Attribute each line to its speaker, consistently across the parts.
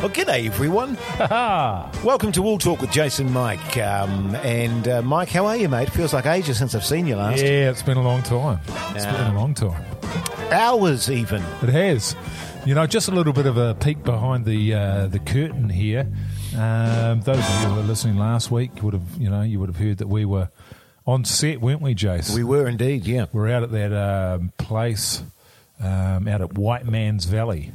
Speaker 1: Well, g'day everyone. Welcome to All Talk with Jason Mike. Um, and uh, Mike, how are you, mate? Feels like ages since I've seen you last.
Speaker 2: Yeah, it's been a long time. It's been a long time.
Speaker 1: Hours, even.
Speaker 2: It has. You know, just a little bit of a peek behind the uh, the curtain here. Um, those of you who were listening last week would have, you know, you would have heard that we were on set, weren't we, Jace?
Speaker 1: We were indeed, yeah.
Speaker 2: were out at that um, place um, out at White Man's Valley.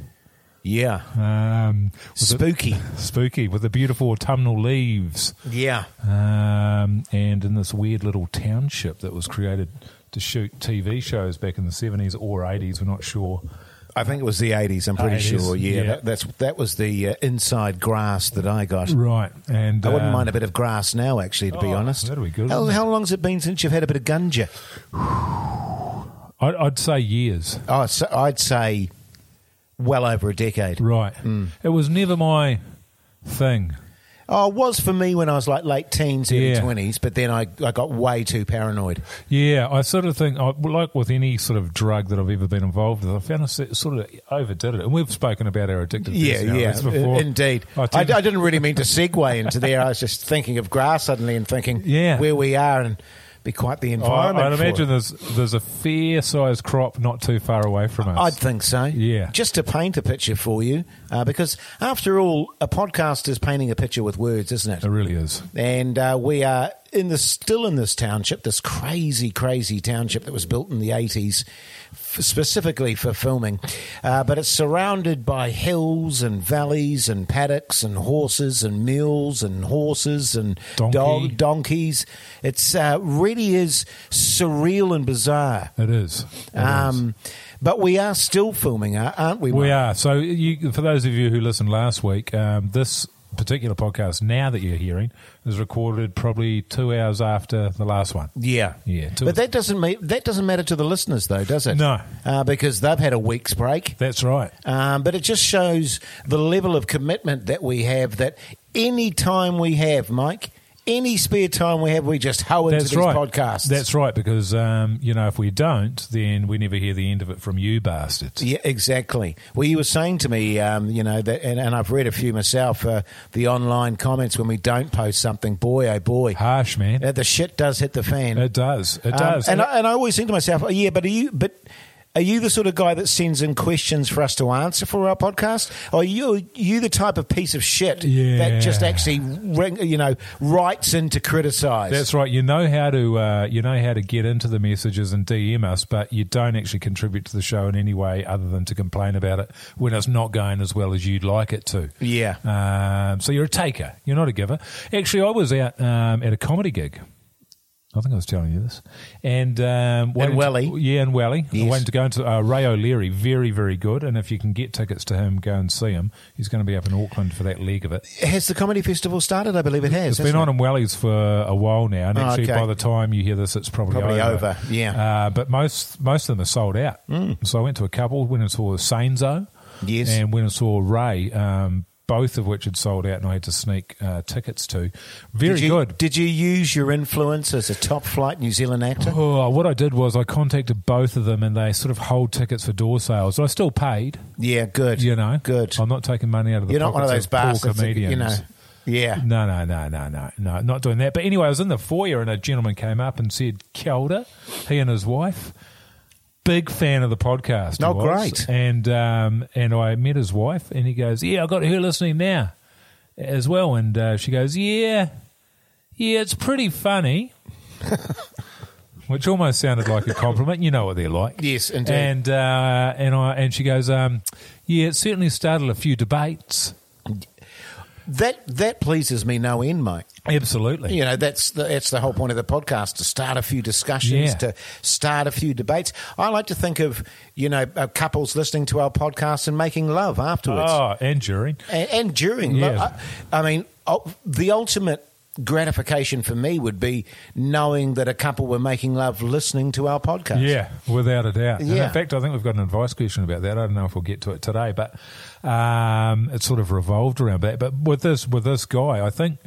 Speaker 1: Yeah.
Speaker 2: Um, with the-
Speaker 1: Spooky.
Speaker 2: spooky with the beautiful autumnal leaves.
Speaker 1: Yeah.
Speaker 2: um, and in this weird little township that was created to shoot TV shows back in the 70s or 80s, we're not sure.
Speaker 1: I think it was the 80s, I'm pretty
Speaker 2: 80s,
Speaker 1: sure. Yeah.
Speaker 2: yeah.
Speaker 1: That, that's, that was the uh, inside grass that I got.
Speaker 2: Right, and
Speaker 1: I wouldn't
Speaker 2: um,
Speaker 1: mind a bit of grass now, actually, to be
Speaker 2: Oh,
Speaker 1: honest.
Speaker 2: that'd be good,
Speaker 1: How,
Speaker 2: wouldn't it?
Speaker 1: how long's it been since you've had a bit of gunja?
Speaker 2: I'd, I'd say years.
Speaker 1: Oh, so I'd say well over a decade.
Speaker 2: Right,
Speaker 1: Hmm.
Speaker 2: it was never my thing.
Speaker 1: Oh, it was for me when I was like late teens, early
Speaker 2: Yeah.
Speaker 1: 20s, but then I, I got way too paranoid.
Speaker 2: Yeah, I sort of think, I- like with any sort of drug that I've ever been involved with, I found I s- sort of overdid it. And we've spoken about our addictive
Speaker 1: Yeah, yeah,
Speaker 2: personalities before. Oh,
Speaker 1: uh, indeed. I,
Speaker 2: I tend-
Speaker 1: I didn't really mean to segue into there. I was just thinking of grass suddenly and thinking
Speaker 2: Yeah. Oh,
Speaker 1: where we are and be quite the
Speaker 2: I- I'd
Speaker 1: environment. for it.
Speaker 2: imagine there's, there's a fair sized crop not too far away from us.
Speaker 1: I'd think so.
Speaker 2: Yeah.
Speaker 1: Just to paint a picture for you, uh, because after all, a podcast is painting a picture with words, isn't it?
Speaker 2: It really is.
Speaker 1: and uh, we are in the still in this township, this crazy, crazy township that was built in the eighties, f- specifically for filming. Uh, but it's surrounded by hills and valleys and paddocks and horses and mules and horses and
Speaker 2: Donkey.
Speaker 1: dog donkeys. It's uh, really is surreal and bizarre.
Speaker 2: It is. It is.
Speaker 1: Um, but we are still filming, uh, aren't we?
Speaker 2: We
Speaker 1: Mike?
Speaker 2: are. So, you, for those of you who listened last week, um, this particular podcast, now that you're hearing, is recorded probably two hours after the last one.
Speaker 1: Yeah,
Speaker 2: Yeah, two-
Speaker 1: But that doesn't mean that doesn't matter to the listeners, though, does it?
Speaker 2: No.
Speaker 1: uh, because they've had a week's break.
Speaker 2: That's right.
Speaker 1: Um, but it just shows the level of commitment that we have. That any time we have, Mike, any spare time we have, we just hoe into
Speaker 2: That's
Speaker 1: these
Speaker 2: right.
Speaker 1: podcasts.
Speaker 2: That's right. Because um, you know, if we don't, then we never hear the end of it from you bastards.
Speaker 1: yeah, exactly. Well, you were saying to me, um, you know, that, and, and I've read a few myself. Uh, the online comments when we don't post something, boy, oh boy,
Speaker 2: Harsh, man.
Speaker 1: uh, the shit does hit the fan.
Speaker 2: It does. It
Speaker 1: Um,
Speaker 2: does.
Speaker 1: and I, and I always think to myself, oh, yeah, but are you but are you the sort of guy that sends in questions for us to answer for our podcast? Or are you you the type of piece of shit that
Speaker 2: Yeah.
Speaker 1: just actually ring, you know writes in to criticise?
Speaker 2: That's right. You know how to uh, you know how to get into the messages and DM us, but you don't actually contribute to the show in any way other than to complain about it when it's not going as well as you'd like it to.
Speaker 1: Yeah.
Speaker 2: Um, so you're a taker. You're not a giver. Actually, I was out um, at a comedy gig. I think I was telling you this. And um, waiting
Speaker 1: Welly.
Speaker 2: to- yeah, and Welly.
Speaker 1: Yes.
Speaker 2: I wanted to go into uh, Ray O'Leary. Very, very good. And if you can get tickets to him, go and see him. He's going to be up in Auckland for that leg of it.
Speaker 1: Has the comedy festival started? I believe it has.
Speaker 2: It's been
Speaker 1: hasn't
Speaker 2: on in Wellies for a while now, and
Speaker 1: Oh,
Speaker 2: actually,
Speaker 1: okay.
Speaker 2: by the time you hear this, it's probably,
Speaker 1: Probably
Speaker 2: over.
Speaker 1: over, yeah. Mm.
Speaker 2: Uh, but most most of them are sold out. So I went to a couple, went and saw Sainzo,
Speaker 1: Yes.
Speaker 2: and went and saw Ray. Um, both of which had sold out, and I had to sneak uh, tickets to. Very
Speaker 1: Did you,
Speaker 2: good.
Speaker 1: Did you use your influence as a top flight New Zealand actor?
Speaker 2: Oh, what I did was I contacted both of them, and they sort of hold tickets for door sales. I still paid,
Speaker 1: Yeah, good.
Speaker 2: you know.
Speaker 1: good.
Speaker 2: I'm not taking money out of the
Speaker 1: You're not one of those
Speaker 2: pockets of poor
Speaker 1: bastards, that,
Speaker 2: comedians.
Speaker 1: you know. Yeah.
Speaker 2: No, no, no, no, no, no, not doing that. But anyway, I was in the foyer and a gentleman came up and said, Kelda, he and his wife, big fan of the podcast. he
Speaker 1: Oh,
Speaker 2: was.
Speaker 1: great.
Speaker 2: And, um, and I met his wife and he goes, Yeah, I got her listening now as well. And uh, she goes, Yeah, yeah, it's pretty funny. Which almost sounded like a compliment. You know what they're like.
Speaker 1: Yes, indeed.
Speaker 2: And uh, and I and she goes, um, yeah, it certainly started a few debates.
Speaker 1: that that pleases me no end, mate.
Speaker 2: Absolutely.
Speaker 1: You know, that's the, that's the whole point of the podcast to start a few discussions,
Speaker 2: Yeah.
Speaker 1: to start a few debates. I like to think of you know uh, couples listening to our podcast and making love afterwards
Speaker 2: Oh, and jury.
Speaker 1: and, and during.
Speaker 2: Yeah.
Speaker 1: Look, I, I mean, ul- the ultimate gratification for me would be knowing that a couple were making love listening to our podcast.
Speaker 2: Yeah, without a doubt. And
Speaker 1: Yeah.
Speaker 2: in fact, I think we've got an advice question about that. I don't know if we'll get to it today, but um, it's sort of revolved around that. But with this, with this guy, I think,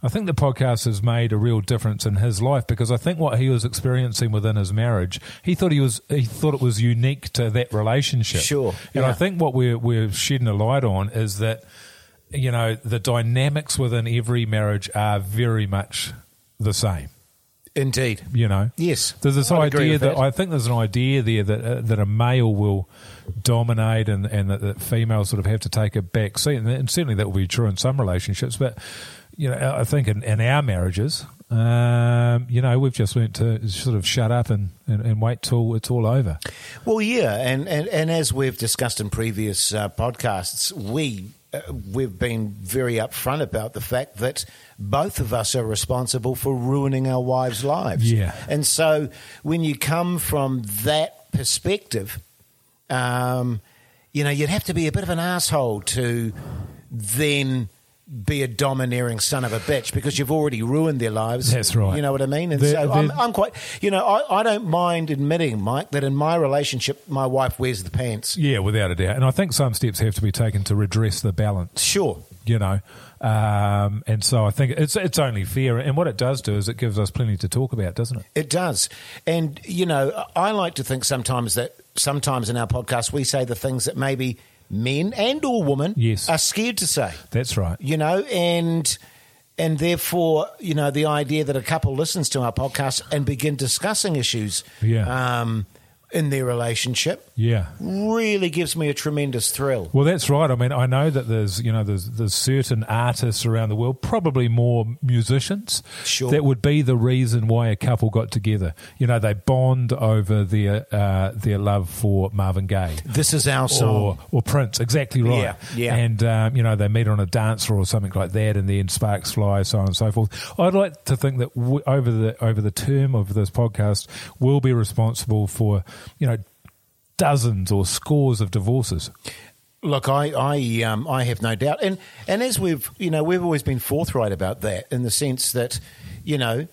Speaker 2: I think the podcast has made a real difference in his life because I think what he was experiencing within his marriage, he thought he was, he thought it was unique to that relationship.
Speaker 1: Sure,
Speaker 2: And
Speaker 1: yeah.
Speaker 2: I think what we're we're shedding a light on is that you know the dynamics within every marriage are very much the same
Speaker 1: Indeed.
Speaker 2: you know.
Speaker 1: Yes,
Speaker 2: there's this
Speaker 1: I'd agree
Speaker 2: idea
Speaker 1: with
Speaker 2: that,
Speaker 1: that.
Speaker 2: I think there's an idea there that uh, that a male will dominate and and that, that females sort of have to take a back seat, and, and certainly that will be true in some relationships, but you know, I I think in, in our marriages. Um, you know, we've just learnt to sort of shut up and, and, and wait till it's all over.
Speaker 1: Well, yeah, and, and, and as we've discussed in previous uh, podcasts, we uh, we've been very upfront about the fact that both of us are responsible for ruining our wives' lives.
Speaker 2: Yeah.
Speaker 1: and so when you come from that perspective, um, you know, you'd have to be a bit of an asshole to then be a domineering son of a bitch because you've already ruined their lives.
Speaker 2: That's right.
Speaker 1: You know what I mean? And
Speaker 2: The-
Speaker 1: so I'm,
Speaker 2: the-
Speaker 1: I'm quite, you know, I, I don't mind admitting, Mike, that in my relationship, my wife wears the pants.
Speaker 2: Yeah, without a doubt. And I think some steps have to be taken to redress the balance.
Speaker 1: Sure.
Speaker 2: you know. Um, and so I think it's it's only fair. And what it does do is it gives us plenty to talk about, doesn't it?
Speaker 1: It does. And, you know, I like to think sometimes that sometimes in our podcast, we say the things that maybe men and or women
Speaker 2: Yes.
Speaker 1: are scared to say.
Speaker 2: That's right.
Speaker 1: you know, and and therefore, you know, the idea that a couple listens to our podcast and begin discussing issues
Speaker 2: Yeah.
Speaker 1: um, in their relationship
Speaker 2: Yeah.
Speaker 1: really gives me a tremendous thrill.
Speaker 2: Well, that's right. I mean, I know that there's you know there's there's certain artists around the world, probably more musicians,
Speaker 1: Sure.
Speaker 2: that would be the reason why a couple got together. You know, they bond over their uh, their love for Marvin Gaye.
Speaker 1: This is our
Speaker 2: or,
Speaker 1: song.
Speaker 2: or Prince, exactly right.
Speaker 1: Yeah, yeah.
Speaker 2: And um, you know they meet on a dance floor or something like that, and then sparks fly, so on and so forth. I'd like to think that w- over the over the term of this podcast, we'll be responsible for you know dozens or scores of divorces.
Speaker 1: Look, I I um, I have no doubt, and and as we've you know we've always been forthright about that in the sense that you know.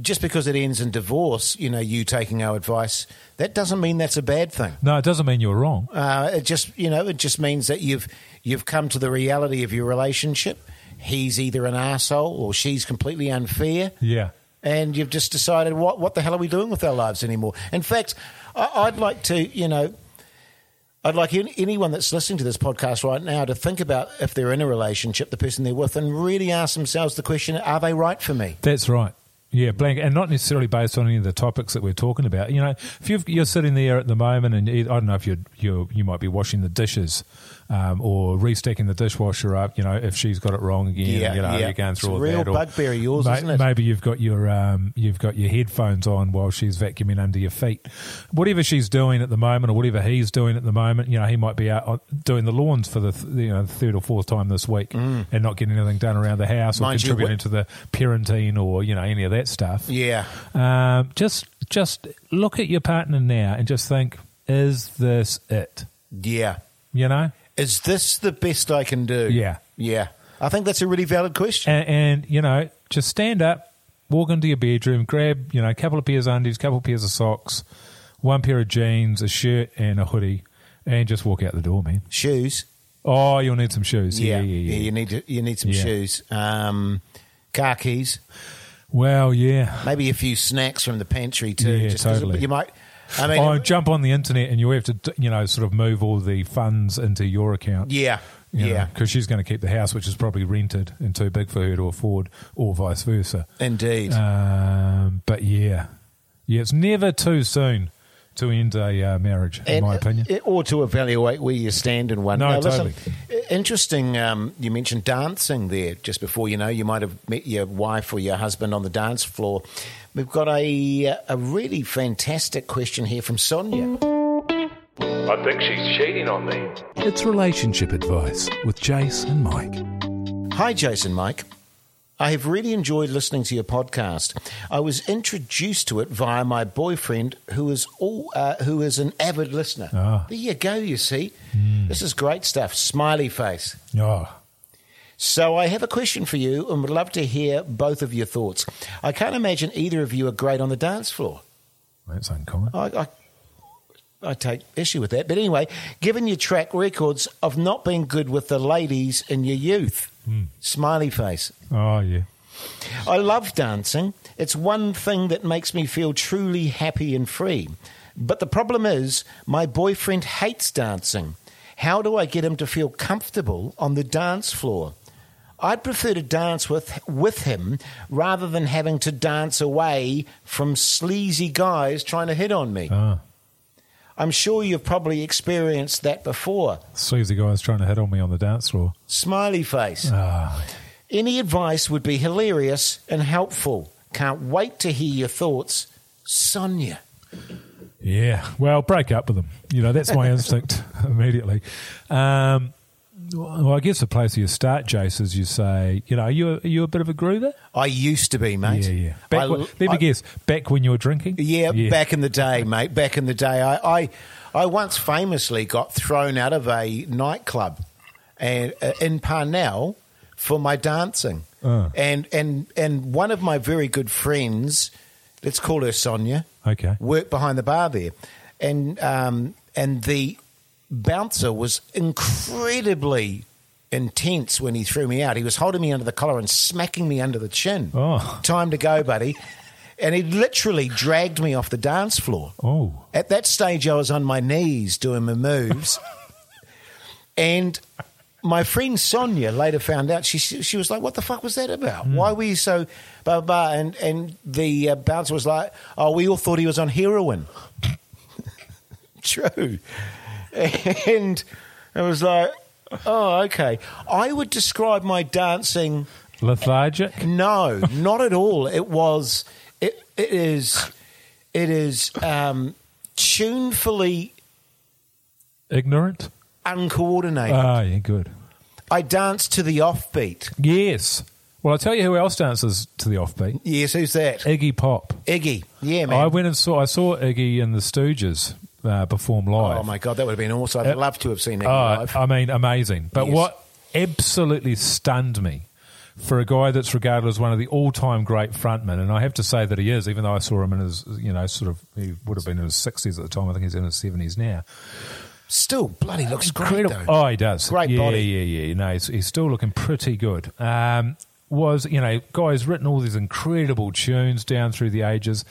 Speaker 1: Just because it ends in divorce, you know, you taking our advice, that doesn't mean that's a bad thing.
Speaker 2: No, it doesn't mean you're wrong.
Speaker 1: Uh, it just you know it just means that you've you've come to the reality of your relationship. He's either an asshole or she's completely unfair,
Speaker 2: Yeah.
Speaker 1: and you've just decided what what the hell are we doing with our lives anymore? In fact, I, I'd like to you know. I'd like any- anyone that's listening to this podcast right now to think about if they're in a relationship, the person they're with, and really ask themselves the question: Are they right for me?
Speaker 2: That's right. Yeah, blank, and not necessarily based on any of the topics that we're talking about. You know, if you've, you're sitting there at the moment, and you, I don't know if you're, you're you might be washing the dishes um, or restacking the dishwasher up. You know, if she's got it wrong again,
Speaker 1: Yeah,
Speaker 2: you know,
Speaker 1: yeah.
Speaker 2: you're going
Speaker 1: It's a
Speaker 2: through all
Speaker 1: real
Speaker 2: that. or
Speaker 1: bugbear of yours, isn't it?
Speaker 2: Maybe you've got your um, you've got your headphones on while she's vacuuming under your feet. Whatever she's doing at the moment, or whatever he's doing at the moment, you know, he might be out on- doing the lawns for the th- you know third or fourth time this week and not getting anything done around the house or
Speaker 1: Mm. Mind you,
Speaker 2: contributing
Speaker 1: wh-
Speaker 2: to the parenting or you know any of that stuff.
Speaker 1: Yeah,
Speaker 2: Um, just just look at your partner now and just think, is this it?
Speaker 1: yeah.
Speaker 2: You know,
Speaker 1: Is this the best I can do?
Speaker 2: Yeah.
Speaker 1: yeah. I think that's a really valid question.
Speaker 2: and, and you know, just stand up, walk into your bedroom, grab you know a couple of pairs of undies, couple of pairs of socks, one pair of jeans, a shirt, and a hoodie, and just walk out the door, man.
Speaker 1: Shoes.
Speaker 2: Oh, you'll need some shoes. Yeah, yeah, yeah.
Speaker 1: You need to, you need some
Speaker 2: Yeah.
Speaker 1: shoes, um, car keys,
Speaker 2: Well, yeah.
Speaker 1: maybe a few snacks from the pantry too.
Speaker 2: Yeah,
Speaker 1: 'cause
Speaker 2: totally.
Speaker 1: You might. I
Speaker 2: I
Speaker 1: mean,
Speaker 2: Oh, jump on the internet and you have to, you know, sort of move all the funds into your account.
Speaker 1: yeah, yeah,
Speaker 2: because she's going to keep the house, which is probably rented and too big for her to afford, or vice versa.
Speaker 1: indeed.
Speaker 2: Uh, Um, but yeah, yeah, it's never too soon to end a uh, marriage, in
Speaker 1: And-
Speaker 2: my opinion.
Speaker 1: uh, or to evaluate where you stand in one.
Speaker 2: No,
Speaker 1: Now,
Speaker 2: totally.
Speaker 1: i- interesting. Um, you mentioned dancing there just before. You know, you might have met your wife or your husband on the dance floor. We've got a uh, a really fantastic question here from Sonia.
Speaker 3: I think she's cheating on me.
Speaker 4: It's relationship advice with Jace and Mike.
Speaker 1: Hi, Jason Mike. I have really enjoyed listening to your podcast. I was introduced to it via my boyfriend, who is all uh, who is an avid listener.
Speaker 2: Ah. Hmm.
Speaker 1: There you go. You see, this is great stuff. Smiley face.
Speaker 2: Oh,
Speaker 1: So I have a question for you, and would love to hear both of your thoughts. I can't imagine either of you are great on the dance floor.
Speaker 2: that's uncommon.
Speaker 1: I, I, I take issue with that. But anyway, given your track records of not being good with the ladies in your youth, smiley face.
Speaker 2: Oh, yeah.
Speaker 1: I love dancing. It's one thing that makes me feel truly happy and free. But the problem is, my boyfriend hates dancing. How do I get him to feel comfortable on the dance floor? I'd prefer to dance with, with him rather than having to dance away from sleazy guys trying to hit on me.
Speaker 2: Ah,
Speaker 1: I'm sure you've probably experienced that before.
Speaker 2: sleazy guy's trying to hit on me on the dance floor.
Speaker 1: Smiley face.
Speaker 2: Ah,
Speaker 1: Any advice would be hilarious and helpful. Can't wait to hear your thoughts, Sonia.
Speaker 2: yeah. Well, break up with them. You know, that's my instinct immediately. Um, well, I guess the place you start, Jace, is you say, you know, are you, are you a bit of a groover?
Speaker 1: I used to be, mate.
Speaker 2: Yeah, yeah. Back
Speaker 1: I-
Speaker 2: when- let me
Speaker 1: I-
Speaker 2: guess. Back when you were drinking?
Speaker 1: Yeah, back in the day, mate. Back in the day, I, I, I once famously got thrown out of a nightclub, and uh, in Parnell for my dancing,
Speaker 2: Uh.
Speaker 1: and and and one of my very good friends, let's call her Sonia.
Speaker 2: Okay.
Speaker 1: worked behind the bar there, and um, and the bouncer was incredibly intense when he threw me out. He was holding me under the collar and smacking me under the chin.
Speaker 2: Oh.
Speaker 1: Time to go, buddy. And he literally dragged me off the dance floor.
Speaker 2: Oh.
Speaker 1: At that stage, I was on my knees doing my moves. and my friend Sonia later found out. She she was like, "What the fuck was that about? Why were you so blah blah?" blah? And and the uh, bouncer was like, "Oh, we all thought he was on heroin." True. And it was like, "Oh, okay." I would describe my dancing.
Speaker 2: Lethargic?
Speaker 1: No, not at all. It was. It, it is. It is um, tunefully
Speaker 2: Ignorant?
Speaker 1: uncoordinated.
Speaker 2: Ah, yeah, good.
Speaker 1: I dance to the offbeat.
Speaker 2: Yes. Well, I'll tell you who else dances to the offbeat
Speaker 1: Yes, who's that?
Speaker 2: Iggy Pop.
Speaker 1: Iggy. Yeah,
Speaker 2: I
Speaker 1: man.
Speaker 2: went and saw I saw Iggy and the Stooges uh, perform live.
Speaker 1: oh my god, that would have been awesome. I'd
Speaker 2: Uh,
Speaker 1: love to have seen Iggy
Speaker 2: Oh,
Speaker 1: live.
Speaker 2: I mean, amazing. But
Speaker 1: Yes.
Speaker 2: what absolutely stunned me for a guy that's regarded as one of the all-time great frontmen, and I have to say that he is, even though I saw him in his, you know, sort of, he would have been in his sixties at the time. I think he's in his seventies now.
Speaker 1: Still, bloody looks great
Speaker 2: Incredible.
Speaker 1: though.
Speaker 2: Oh, he does.
Speaker 1: Great
Speaker 2: yeah,
Speaker 1: body.
Speaker 2: Yeah, yeah, yeah. No, he's, he's still looking pretty good. Um, was, you know, guy's written all these incredible tunes down through the ages.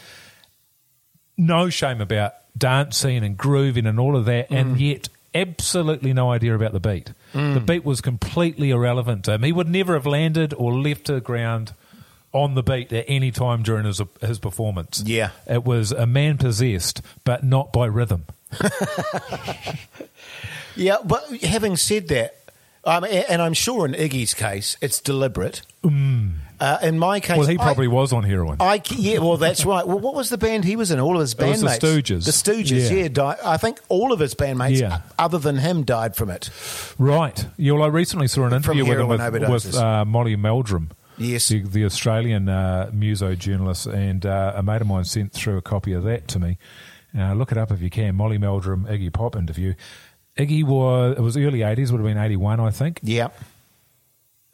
Speaker 2: No shame about dancing and grooving and all of that,
Speaker 1: Mm.
Speaker 2: and yet absolutely no idea about the beat. The beat was completely irrelevant to him. He would never have landed or left the ground on the beat at any time during his, his performance.
Speaker 1: Yeah.
Speaker 2: It was a man possessed, but not by rhythm.
Speaker 1: Yeah, but having said that, um, a- and I'm sure in Iggy's case, it's deliberate. Uh, in my case,
Speaker 2: Mm. Well, he
Speaker 1: I-
Speaker 2: probably was on heroin.
Speaker 1: I c- yeah, well, that's right. Well, what was the band he was in? All of his
Speaker 2: It was
Speaker 1: bandmates,
Speaker 2: the Stooges.
Speaker 1: The Stooges,
Speaker 2: Yeah.
Speaker 1: yeah. di- I think all of his bandmates,
Speaker 2: Yeah.
Speaker 1: o- other than him, died from it.
Speaker 2: Right. Yeah, well, I recently saw an
Speaker 1: From
Speaker 2: interview with, him
Speaker 1: heroin
Speaker 2: with,
Speaker 1: overdoses.
Speaker 2: with uh, Molly Meldrum.
Speaker 1: Yes.
Speaker 2: The, the Australian uh, muso journalist, and uh, a mate of mine sent through a copy of that to me. Uh, look it up if you can. Molly Meldrum, Iggy Pop interview. Iggy was, it was early 80s, would have been 81, I think.
Speaker 1: Yeah,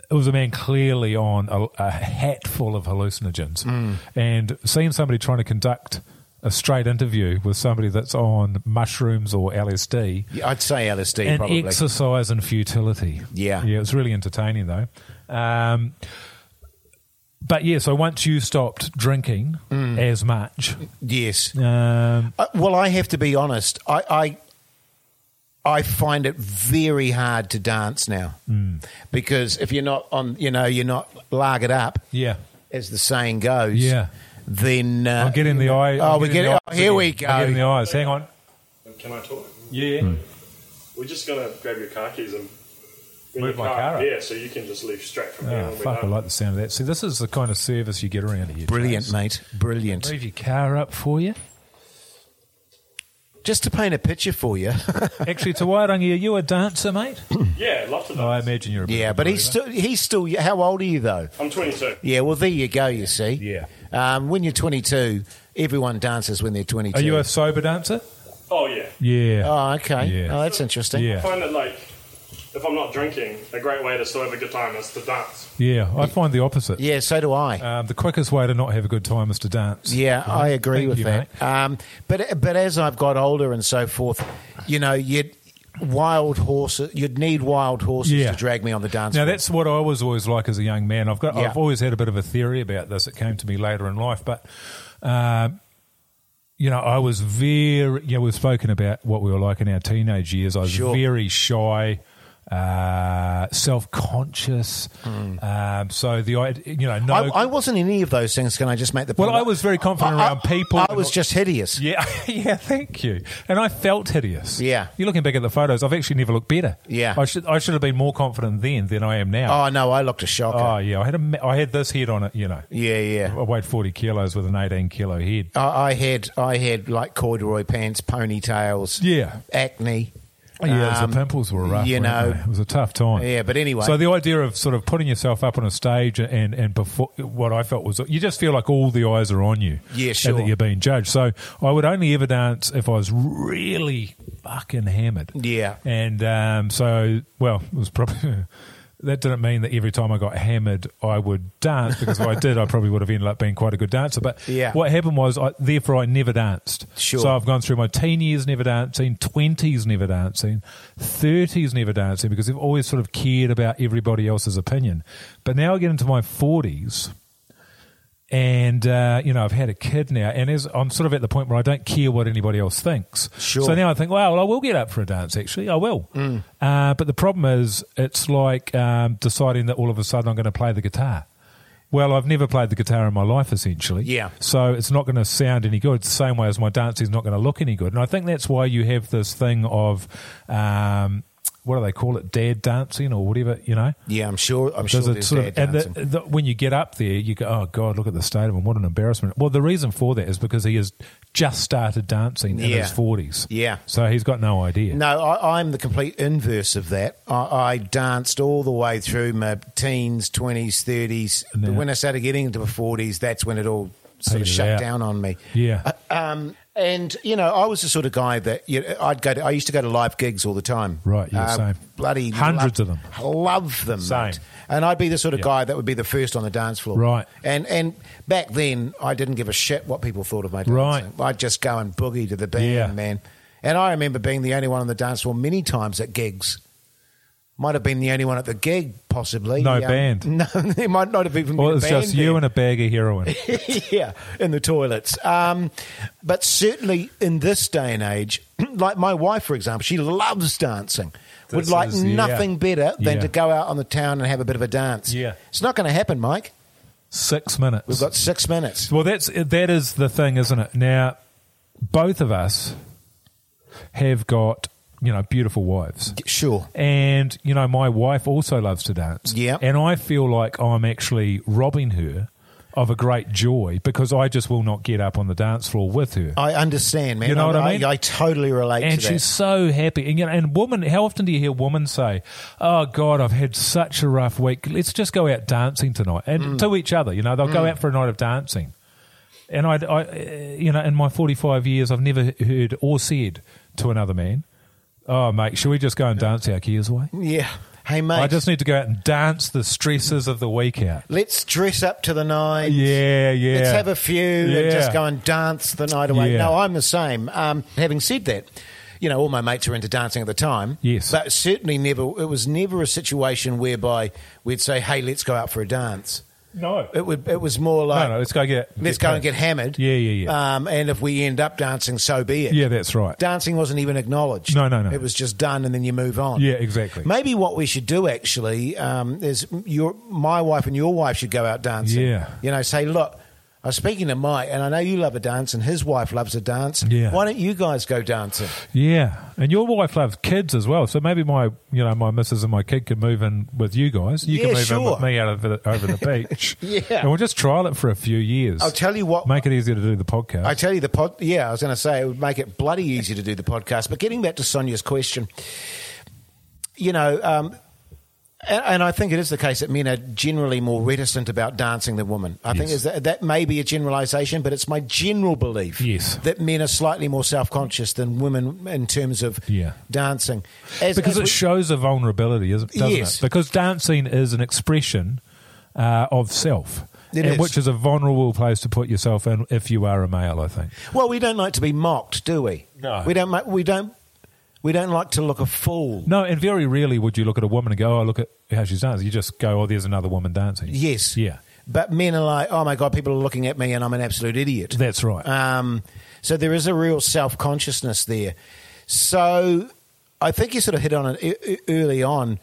Speaker 2: It was a man clearly on a, a hat full of hallucinogens.
Speaker 1: Hmm.
Speaker 2: And seeing somebody trying to conduct a straight interview with somebody that's on mushrooms or LSD,
Speaker 1: Yeah, I'd say LSD
Speaker 2: and
Speaker 1: probably.
Speaker 2: exercise and futility.
Speaker 1: Yeah.
Speaker 2: yeah, it's really entertaining though. Um, but yeah, so once you stopped drinking
Speaker 1: Mm.
Speaker 2: as much,
Speaker 1: yes.
Speaker 2: um,
Speaker 1: Uh, well, I have to be honest. I, I I find it very hard to dance now
Speaker 2: Hmm.
Speaker 1: because if you're not on, you know, you're not lagered up,
Speaker 2: yeah,
Speaker 1: as the saying goes.
Speaker 2: Yeah.
Speaker 1: Then uh,
Speaker 2: I'm getting the eye.
Speaker 1: Oh,
Speaker 2: I'm
Speaker 1: we
Speaker 2: getting
Speaker 1: get
Speaker 2: the
Speaker 1: it.
Speaker 2: eyes
Speaker 1: Here
Speaker 2: again.
Speaker 1: we
Speaker 2: I'm
Speaker 1: go.
Speaker 2: getting the eyes. Hang on. Hmm.
Speaker 4: Can I talk?
Speaker 2: Yeah.
Speaker 4: We're just gonna grab your car keys and bring
Speaker 2: Move
Speaker 4: your
Speaker 2: my car up.
Speaker 4: Yeah, so you can just leave straight from here.
Speaker 2: Oh,
Speaker 4: when we're
Speaker 2: fuck! I
Speaker 4: done.
Speaker 2: like the sound of that. See, this is the kind of service you get around here.
Speaker 1: Brilliant,
Speaker 2: James.
Speaker 1: mate. Brilliant.
Speaker 2: Move your car up for you.
Speaker 1: Just to paint a picture for you.
Speaker 2: Actually, to Wairangi, are you a dancer, mate?
Speaker 4: Yeah, I'd love to
Speaker 2: I
Speaker 4: dance.
Speaker 2: imagine you're a bit
Speaker 1: yeah,
Speaker 2: of a
Speaker 1: but he's
Speaker 2: believer.
Speaker 1: still he's still. How old are you though?
Speaker 4: I'm 22.
Speaker 1: Yeah, well there you go. You see.
Speaker 2: Yeah.
Speaker 1: Um, when you're 22, everyone dances when they're 22.
Speaker 2: Are you a sober dancer?
Speaker 4: Oh yeah.
Speaker 2: Yeah.
Speaker 1: Oh, okay.
Speaker 2: Yeah.
Speaker 1: Oh, that's interesting.
Speaker 4: I
Speaker 2: Yeah.
Speaker 4: find that like, if I'm not drinking, a great way to still have a good time is to dance.
Speaker 2: Yeah,
Speaker 1: Oh.
Speaker 2: I find the opposite.
Speaker 1: Yeah, so do I.
Speaker 2: Um, the quickest way to not have a good time is to dance.
Speaker 1: Yeah,
Speaker 2: So,
Speaker 1: I agree
Speaker 2: thank
Speaker 1: with
Speaker 2: you, mate.
Speaker 1: that. Um, but but as I've got older and so forth, you know, you'd wild horses. You'd need wild horses
Speaker 2: Yeah.
Speaker 1: to drag me on the dance.
Speaker 2: Now
Speaker 1: floor.
Speaker 2: that's what I was always like as a young man. I've got
Speaker 1: Yeah.
Speaker 2: I've always had a bit of a theory about this. It came to me later in life, but um, you know I was very you know we've spoken about what we were like in our teenage years. I was
Speaker 1: Sure.
Speaker 2: very shy. Uh, self-conscious. Um, so the I, you know, no.
Speaker 1: Hmm. I, I wasn't any of those things. Can I just make the
Speaker 2: Well,
Speaker 1: point?
Speaker 2: I was very confident around people
Speaker 1: I
Speaker 2: and
Speaker 1: was
Speaker 2: all-
Speaker 1: just hideous.
Speaker 2: yeah, yeah. Thank you. And I felt hideous.
Speaker 1: Yeah.
Speaker 2: You're looking back at the photos. I've actually never looked better.
Speaker 1: Yeah.
Speaker 2: I should I should have been more confident then than I am now.
Speaker 1: Oh no, I looked a shocker.
Speaker 2: Oh yeah, I had a ma- I had this head on it, you know.
Speaker 1: yeah,
Speaker 2: I
Speaker 1: yeah.
Speaker 2: weighed forty kilos with an eighteen kilo head.
Speaker 1: I, I had I had like corduroy pants, ponytails,
Speaker 2: Yeah, Oh,
Speaker 1: acne.
Speaker 2: yeah.
Speaker 1: Um,
Speaker 2: the pimples were rough.
Speaker 1: You
Speaker 2: weren't
Speaker 1: know.
Speaker 2: they? it was a tough time.
Speaker 1: Yeah, but anyway.
Speaker 2: So the idea of sort of putting yourself up on a stage and and before what I felt was you just feel like all the eyes are on you.
Speaker 1: Yeah,
Speaker 2: And
Speaker 1: sure.
Speaker 2: that you're being judged. So I would only ever dance if I was really fucking hammered.
Speaker 1: Yeah.
Speaker 2: And um, so well, it was probably. That didn't mean that every time I got hammered, I would dance because if I did, I probably would have ended up being quite a good dancer. But
Speaker 1: Yeah.
Speaker 2: what happened was, I, therefore, I never danced.
Speaker 1: Sure.
Speaker 2: So I've gone through my teen years never dancing, twenties never dancing, thirties never dancing because I've always sort of cared about everybody else's opinion. But now I get into my forties, and uh, you know I've had a kid now, and as I'm sort of at the point where I don't care what anybody else thinks.
Speaker 1: Sure. Mm.
Speaker 2: So now I think, wow, well, I will get up for a dance. Actually, I will. Uh, but the problem is, it's like um, deciding that all of a sudden I'm going to play the guitar. Well, I've never played the guitar in my life, essentially.
Speaker 1: Yeah.
Speaker 2: So it's not going to sound any good. The same way as my dance is not going to look any good. And I think that's why you have this thing of, um, what do they call it, dad dancing or whatever, you know?
Speaker 1: Yeah, I'm sure. I'm sure
Speaker 2: There's a
Speaker 1: there's
Speaker 2: sort
Speaker 1: sort
Speaker 2: of- and uh, the- the- when you get up there, you go, oh God, look at the state of him. What an embarrassment. Well, the reason for that is because he has just started dancing in
Speaker 1: Yeah.
Speaker 2: his 40s.
Speaker 1: Yeah.
Speaker 2: So he's got no idea.
Speaker 1: No, I, I'm the complete inverse of that. I, I danced all the way through my teens, twenties, thirties. But When I started getting into my forties, that's when it all sort
Speaker 2: Petered
Speaker 1: of shut
Speaker 2: out.
Speaker 1: down on me.
Speaker 2: Yeah.
Speaker 1: Um, and you know, I was the sort of guy that you know, I'd go. To, I used to go to live gigs all the time. Uh,
Speaker 2: Right, yeah, same.
Speaker 1: Bloody
Speaker 2: Hundreds
Speaker 1: love,
Speaker 2: of them.
Speaker 1: Love them.
Speaker 2: Same.
Speaker 1: mate. And I'd be the sort of
Speaker 2: Yeah.
Speaker 1: guy that would be the first on the dance floor.
Speaker 2: Right.
Speaker 1: And and back then, I didn't give a shit what people thought of my dancing.
Speaker 2: Right.
Speaker 1: I'd just go and boogie to the band,
Speaker 2: Yeah.
Speaker 1: man. And I remember being the only one on the dance floor many times at gigs. Might have been the only one at the gig, possibly.
Speaker 2: No band.
Speaker 1: No, there might not have even been
Speaker 2: well,
Speaker 1: a
Speaker 2: it's
Speaker 1: band
Speaker 2: just you
Speaker 1: then
Speaker 2: and a bag of heroin.
Speaker 1: yeah, in the toilets. Um, but certainly in this day and age, like my wife, for example, she loves dancing. would
Speaker 2: This
Speaker 1: like
Speaker 2: is- yeah.
Speaker 1: nothing better than
Speaker 2: Yeah.
Speaker 1: to go out on the town and have a bit of a dance.
Speaker 2: Yeah.
Speaker 1: It's not going to happen, Mike.
Speaker 2: Six minutes.
Speaker 1: We've got six minutes.
Speaker 2: Well, that's that is the thing, isn't it? Now, both of us have got you know beautiful wives,
Speaker 1: Sure.
Speaker 2: and you know my wife also loves to dance.
Speaker 1: Yeah.
Speaker 2: and I feel like I'm actually robbing her of a great joy because I just will not get up on the dance floor with her.
Speaker 1: I understand, man.
Speaker 2: You know what I mean?
Speaker 1: I, totally relate
Speaker 2: and
Speaker 1: to that.
Speaker 2: she's so happy, and you know, and woman, how often do you hear women say, "Oh God, I've had such a rough week. Let's just go out dancing tonight," and
Speaker 1: Mm.
Speaker 2: to each other, you know, they'll go out for a night of dancing. And I, I, uh, you know, in my 45 years, I've never heard or said to another man, "Oh, mate, should we just go and dance our gears away?"
Speaker 1: Yeah. Hey, mate.
Speaker 2: I just need to go out and dance the stresses of the week out.
Speaker 1: Let's dress up to the nines.
Speaker 2: Yeah, yeah.
Speaker 1: Let's have a few and
Speaker 2: Yeah.
Speaker 1: just go and dance the night away.
Speaker 2: Yeah.
Speaker 1: No, I'm the same. Um, having said that, you know, all my mates are into dancing at the time.
Speaker 2: Yes.
Speaker 1: But certainly never, it was never a situation whereby we'd say, hey, let's go out for a dance.
Speaker 2: No,
Speaker 1: It, would, it was more like,
Speaker 2: no, no. Let's go get.
Speaker 1: let's go and get hammered.
Speaker 2: Yeah, yeah, yeah.
Speaker 1: Um, and if we end up dancing, so be it.
Speaker 2: yeah, that's right.
Speaker 1: Dancing wasn't even acknowledged.
Speaker 2: No, no, no.
Speaker 1: It was just done, and then you move on.
Speaker 2: Yeah, exactly.
Speaker 1: Maybe what we should do actually um, is your my wife and your wife should go out dancing.
Speaker 2: Yeah.
Speaker 1: You know, say look. I was speaking to Mike, and I know you love a dance, and his wife loves a dance.
Speaker 2: Yeah.
Speaker 1: Why don't you guys go dancing?
Speaker 2: Yeah, and your wife loves kids as well, so maybe my you know my missus and my kid can move in with you guys. You
Speaker 1: Yeah,
Speaker 2: can move in
Speaker 1: sure.
Speaker 2: with me out of the, over the beach.
Speaker 1: Yeah.
Speaker 2: and we'll just trial it for a few years.
Speaker 1: I'll tell you what.
Speaker 2: Make it easier to do the podcast.
Speaker 1: I tell you the pod. Yeah, I was going to say it would make it bloody easy to do the podcast. But getting back to Sonia's question, you know, um, and, and I think it is the case that men are generally more reticent about dancing than women. I think
Speaker 2: Yes.
Speaker 1: is that that may be a generalisation, but it's my general belief.
Speaker 2: Yes.
Speaker 1: that men are slightly more self conscious than women in terms of
Speaker 2: Yeah.
Speaker 1: dancing. As-
Speaker 2: because
Speaker 1: as
Speaker 2: it
Speaker 1: we-
Speaker 2: shows a vulnerability, isn't- doesn't
Speaker 1: Yes.
Speaker 2: it? Because dancing is an expression uh, of self,
Speaker 1: It
Speaker 2: and-
Speaker 1: is.
Speaker 2: which is a vulnerable place to put yourself in if you are a male. I think.
Speaker 1: well, we don't like to be mocked, do we?
Speaker 2: No.
Speaker 1: we don't. ma- We don't. We don't like to look a fool.
Speaker 2: No, and very rarely would you look at a woman and go, "Oh, look at how she's dancing." You just go, "Oh, there's another woman dancing."
Speaker 1: Yes.
Speaker 2: Yeah.
Speaker 1: But men are like, oh my God, people are looking at me and I'm an absolute idiot.
Speaker 2: That's right.
Speaker 1: Um, so there is a real self consciousness there. So I think you sort of hit on it e- e- early on.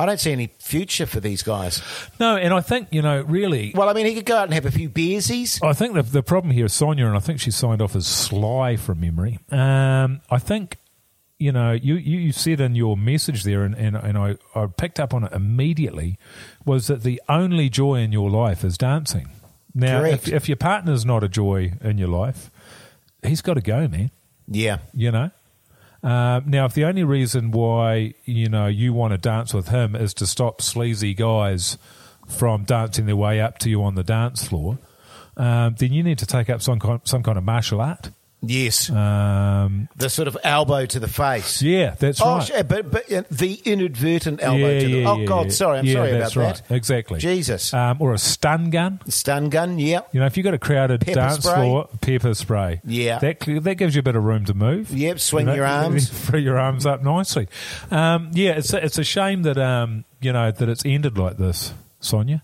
Speaker 1: I don't see any future for these guys.
Speaker 2: No, and I think you know, really,
Speaker 1: Well, I mean, he could go out and have a few beersies.
Speaker 2: I think the, the problem here is Sonia, and I think she signed off as Sly from memory. Um, I think, you know, you, you, you said in your message there, and, and, and I, I picked up on it immediately, was that the only joy in your life is dancing. Now,
Speaker 1: Correct.
Speaker 2: if, if your partner's not a joy in your life, he's got to go, man
Speaker 1: Yeah.
Speaker 2: you know. Um, now, if the only reason why you know you want to dance with him is to stop sleazy guys from dancing their way up to you on the dance floor, um, then you need to take up some kind, some kind of martial art.
Speaker 1: Yes.
Speaker 2: Um,
Speaker 1: the sort of elbow to the face.
Speaker 2: yeah, that's
Speaker 1: Oh,
Speaker 2: right.
Speaker 1: sh- but, but uh, the inadvertent elbow
Speaker 2: Yeah,
Speaker 1: to the.
Speaker 2: yeah,
Speaker 1: oh,
Speaker 2: yeah,
Speaker 1: God,
Speaker 2: yeah.
Speaker 1: sorry. I'm
Speaker 2: Yeah,
Speaker 1: sorry
Speaker 2: that's
Speaker 1: about
Speaker 2: right.
Speaker 1: that.
Speaker 2: Exactly.
Speaker 1: Jesus.
Speaker 2: Um, or a stun gun.
Speaker 1: Stun gun, yeah.
Speaker 2: You know, if you've got a crowded
Speaker 1: Pepper
Speaker 2: dance
Speaker 1: spray.
Speaker 2: floor, pepper spray.
Speaker 1: Yeah.
Speaker 2: That, cl- that gives you a bit of room to move.
Speaker 1: Yep, swing your arms.
Speaker 2: Free your arms up nicely. Um, yeah, it's a, it's a shame that, um, you know, that it's ended like this, Sonia.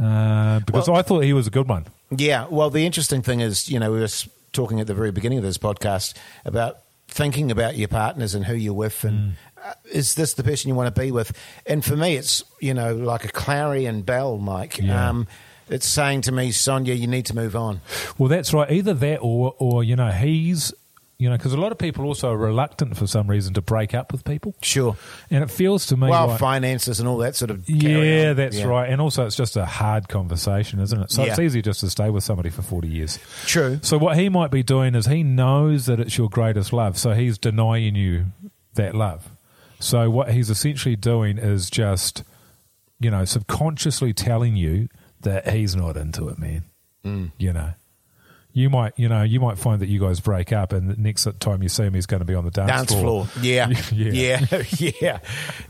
Speaker 2: Uh, because
Speaker 1: Hmm. Well-
Speaker 2: I thought he was a good one.
Speaker 1: Yeah. Well, the interesting thing is, you know, we were s- talking at the very beginning of this podcast about thinking about your partners and who you're with
Speaker 2: Mm.
Speaker 1: and uh, is this the person you want to be with? And for me, it's, you know, like a clarion bell, Mike.
Speaker 2: Yeah.
Speaker 1: Um, it's saying to me, Sonia, you need to move on.
Speaker 2: Well, that's right. Either that or, or you know, he's, you know, because a lot of people also are reluctant for some reason to break up with people.
Speaker 1: Sure.
Speaker 2: And it feels to me
Speaker 1: Well,
Speaker 2: like,
Speaker 1: finances and all that sort of. carry
Speaker 2: Yeah,
Speaker 1: on.
Speaker 2: that's right. And also, it's just a hard conversation, isn't it? So it's
Speaker 1: Yeah.
Speaker 2: easy just to stay with somebody for 40 years.
Speaker 1: True.
Speaker 2: So what he might be doing is he knows that it's your greatest love, so he's denying you that love. So what he's essentially doing is just, you know, subconsciously telling you that he's not into it, man.
Speaker 1: Mm.
Speaker 2: You know. You might, you know, you might find that you guys break up, and the next time you see him, he's going to be on the dance,
Speaker 1: Dance floor. Yeah.
Speaker 2: yeah,
Speaker 1: yeah. Yeah.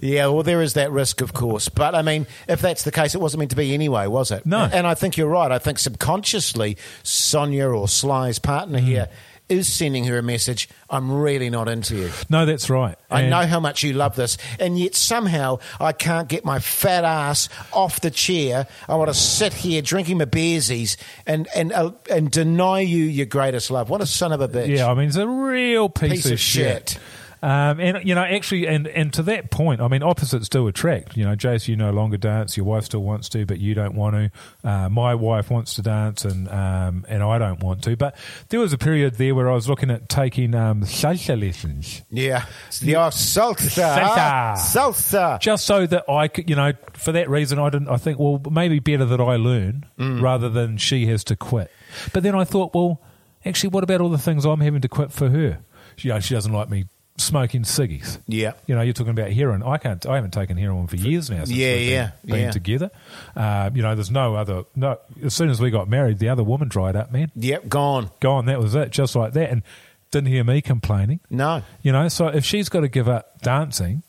Speaker 1: Yeah. Well, there is that risk, of course. But I mean, if that's the case, it wasn't meant to be anyway, was it?
Speaker 2: No.
Speaker 1: And I think you're right. I think subconsciously, Sonia or Sly's
Speaker 2: Mm.
Speaker 1: partner here is sending her a message I'm really not into you.
Speaker 2: No, that's right.
Speaker 1: I
Speaker 2: And-
Speaker 1: know how much you love this, and yet somehow I can't get my fat ass off the chair. I want to sit here drinking my beersies and and uh, and deny you your greatest love. What a son of a bitch!
Speaker 2: Yeah, I mean, it's a real piece,
Speaker 1: Piece
Speaker 2: of,
Speaker 1: of shit.
Speaker 2: shit. Um, and you know, actually, and and to that point, I mean, opposites do attract. You know, Jace, you no longer dance. Your wife still wants to, but you don't want to. Uh, my wife wants to dance, and um, and I don't want to. But there was a period there where I was looking at taking um, salsa lessons,
Speaker 1: Yeah, it's the oh, salsa,
Speaker 2: Salsa.
Speaker 1: salsa.
Speaker 2: just so that I could, you know, for that reason, I didn't. I think, well, maybe better that I learn
Speaker 1: Mm.
Speaker 2: rather than she has to quit. But then I thought, well, actually, what about all the things I'm having to quit for her? You know, she doesn't like me smoking ciggies.
Speaker 1: Yeah.
Speaker 2: you know, you're talking about heroin. I can't. I haven't taken heroin for years now. Since
Speaker 1: Yeah,
Speaker 2: we've been-
Speaker 1: yeah,
Speaker 2: been
Speaker 1: yeah.
Speaker 2: together. Uh, you know, there's no other. No, as soon as we got married, the other woman dried up, man,
Speaker 1: Yep, gone.
Speaker 2: gone. That was it, just like that, and didn't hear me complaining.
Speaker 1: No,
Speaker 2: You know, so if she's got to give up dancing,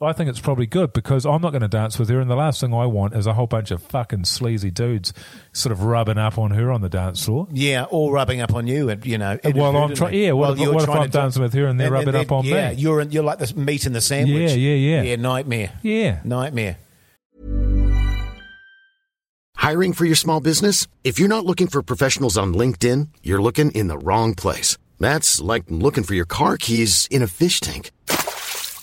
Speaker 2: I think it's probably good because I'm not going to dance with her. And the last thing I want is a whole bunch of fucking sleazy dudes sort of rubbing up on her on the dance floor.
Speaker 1: yeah, all rubbing up on you, and you know.
Speaker 2: While I'm
Speaker 1: inadvertently.
Speaker 2: try- yeah, what if-
Speaker 1: you're
Speaker 2: what if
Speaker 1: trying
Speaker 2: I'm
Speaker 1: to do-
Speaker 2: dancing with her and they rub it up on me?
Speaker 1: yeah, you're in, you're like the meat in the sandwich.
Speaker 2: Yeah, yeah, yeah.
Speaker 1: yeah. Nightmare,
Speaker 2: Yeah.
Speaker 1: nightmare.
Speaker 5: Hiring for your small business? If you're not looking for professionals on LinkedIn, you're looking in the wrong place. That's like looking for your car keys in a fish tank.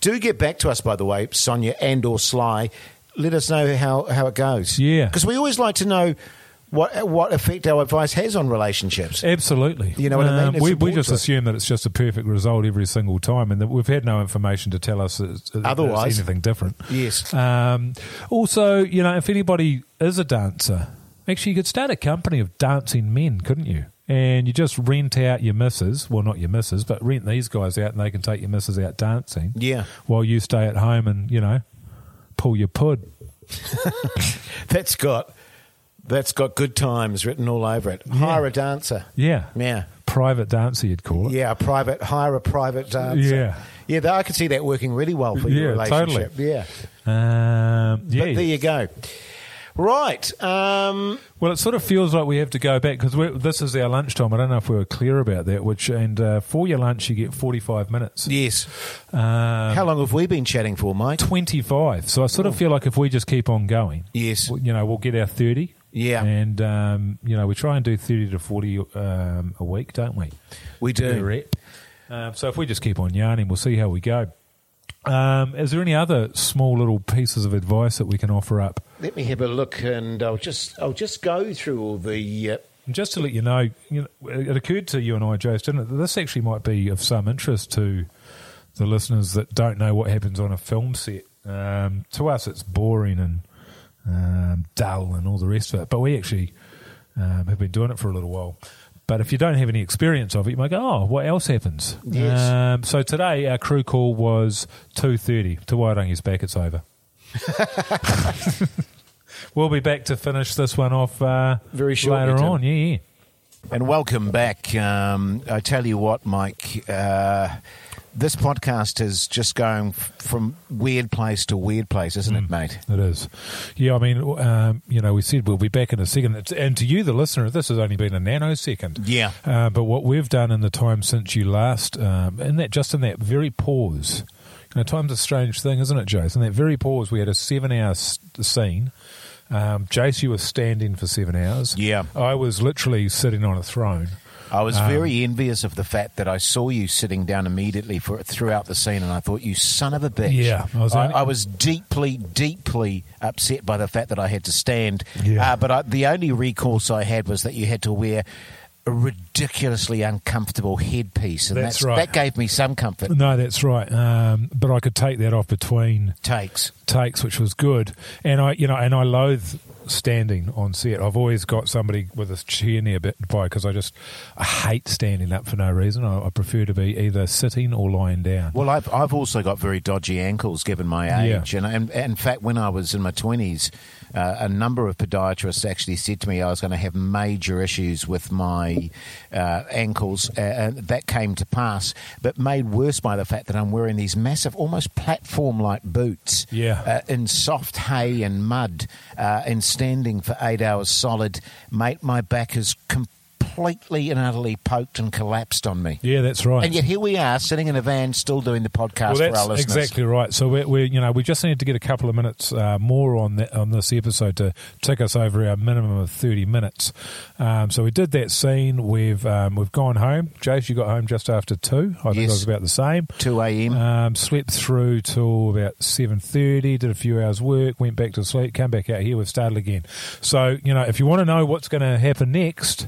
Speaker 1: Do get back to us, by the way, Sonia and or Sly. Let us know how how it goes.
Speaker 2: Yeah.
Speaker 1: because we always like to know what what effect our advice has on relationships.
Speaker 2: Absolutely. Um,
Speaker 1: You know what I mean? It
Speaker 2: we, we
Speaker 1: supports
Speaker 2: just
Speaker 1: it.
Speaker 2: assume that it's just a perfect result every single time and that we've had no information to tell us that it's, that it's
Speaker 1: Otherwise.
Speaker 2: anything different.
Speaker 1: Yes.
Speaker 2: Um, also, you know, if anybody is a dancer, actually, you could start a company of dancing men, couldn't you? And you just rent out your missus, well, not your missus, but rent these guys out and they can take your missus out dancing
Speaker 1: Yeah.
Speaker 2: while you stay at home and, you know, pull your pud.
Speaker 1: That's got that's got good times written all over it. Hire a dancer.
Speaker 2: Yeah.
Speaker 1: Yeah.
Speaker 2: Private dancer, you'd call it.
Speaker 1: Yeah, a private hire a private dancer.
Speaker 2: Yeah.
Speaker 1: Yeah, that- I could see that working really well for your
Speaker 2: Yeah, totally.
Speaker 1: relationship. Yeah.
Speaker 2: Um, yeah.
Speaker 1: But there you go. Right. Um,
Speaker 2: Well, it sort of feels like we have to go back because this is our lunchtime. I don't know if we were clear about that. Which and uh, for your lunch, you get forty-five minutes.
Speaker 1: yes.
Speaker 2: Um,
Speaker 1: How long have we been chatting for, Mike?
Speaker 2: Twenty-five. So I sort of feel like if we just keep on going,
Speaker 1: Yes.
Speaker 2: w- you know, we'll get our thirty.
Speaker 1: Yeah.
Speaker 2: and um, you know, we try and do thirty to forty um, a week, don't we?
Speaker 1: We
Speaker 2: Per
Speaker 1: do.
Speaker 2: rep. Um, so if we just keep on yarning, we'll see how we go. Um, is there any other small little pieces of advice that we can offer up?
Speaker 1: Let me have a look, and I'll just I'll just go through all the. Uh,
Speaker 2: And just to let you know, you know, it occurred to you and I, Jace, didn't it? That this actually might be of some interest to the listeners that don't know what happens on a film set. Um, to us, it's boring and um, dull and all the rest of it, but we actually um, have been doing it for a little while. But if you don't have any experience of it, you might go, "Oh, what else happens?"
Speaker 1: Yes.
Speaker 2: Um, so today, our crew call was two thirty. To Wairangi's back. It's over. we'll be back to finish this one off uh,
Speaker 1: Very shortly,
Speaker 2: later
Speaker 1: Tim.
Speaker 2: on. Yeah, yeah.
Speaker 1: and welcome back. Um, I tell you what, Mike. Uh, this podcast is just going f- from weird place to weird place, isn't it, mate?
Speaker 2: It is. Yeah, I mean, um, you know, we said we'll be back in a second. It's- And to you, the listener, this has only been a nanosecond.
Speaker 1: Yeah.
Speaker 2: Uh, but what we've done in the time since you last, um, in that just in that very pause, you know, time's a strange thing, isn't it, Jace? In that very pause, we had a seven-hour s- scene. Um, Jace, you were standing for seven hours.
Speaker 1: Yeah.
Speaker 2: I was literally sitting on a throne.
Speaker 1: I was
Speaker 2: Um,
Speaker 1: very envious of the fact that I saw you sitting down immediately for throughout the scene, and I thought, "You son of a bitch!"
Speaker 2: Yeah,
Speaker 1: I was,
Speaker 2: I was
Speaker 1: I,
Speaker 2: only-
Speaker 1: was deeply, deeply upset by the fact that I had to stand.
Speaker 2: Yeah.
Speaker 1: Uh, but I, the only recourse I had was that you had to wear a ridiculously uncomfortable headpiece, and
Speaker 2: That's
Speaker 1: that's,
Speaker 2: right.
Speaker 1: That gave me some comfort.
Speaker 2: No, that's right. Um, but I could take that off between
Speaker 1: Takes.
Speaker 2: takes, which was good. And I, you know, and I loathe standing on set. I've always got somebody with a chair nearby because I just I hate standing up for no reason. I, I prefer to be either sitting or lying down.
Speaker 1: Well, I've, I've also got very dodgy ankles given my
Speaker 2: Yeah.
Speaker 1: age. And, and, and in fact, when I was in my 20s, uh, a number of podiatrists actually said to me I was going to have major issues with my uh, ankles. Uh, and that came to pass, but made worse by the fact that I'm wearing these massive, almost platform like boots
Speaker 2: Yeah.
Speaker 1: uh, in soft hay and mud uh, and standing for eight hours solid. Mate, my back is completely and utterly poked and collapsed on me.
Speaker 2: Yeah, that's right.
Speaker 1: And yet here we are, sitting in a van, still doing the podcast
Speaker 2: well,
Speaker 1: for our
Speaker 2: that's
Speaker 1: listeners.
Speaker 2: exactly right. So we're, we're, you know, we just need to get a couple of minutes uh, more on that, on this episode to tick us over our minimum of thirty minutes. Um, so we did that scene. We've um, we've gone home. Jace, you got home just after two. I think
Speaker 1: Yes.
Speaker 2: I was about the same.
Speaker 1: 2 a.m.
Speaker 2: Um, slept through till about seven thirty. Did a few hours work. Went back to sleep. Came back out here. We've started again. So you know, if you want to know what's going to happen next,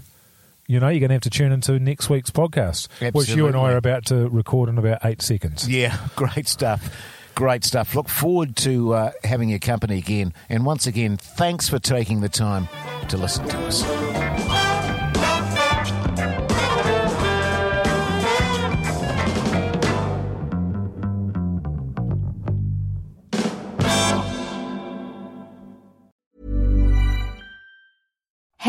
Speaker 2: you know, you're going to have to tune into next week's podcast, which you and
Speaker 1: Absolutely.
Speaker 2: I are about to record in about eight seconds.
Speaker 1: yeah, great stuff. Great stuff. Look forward to uh, having your company again. And once again, thanks for taking the time to listen to us.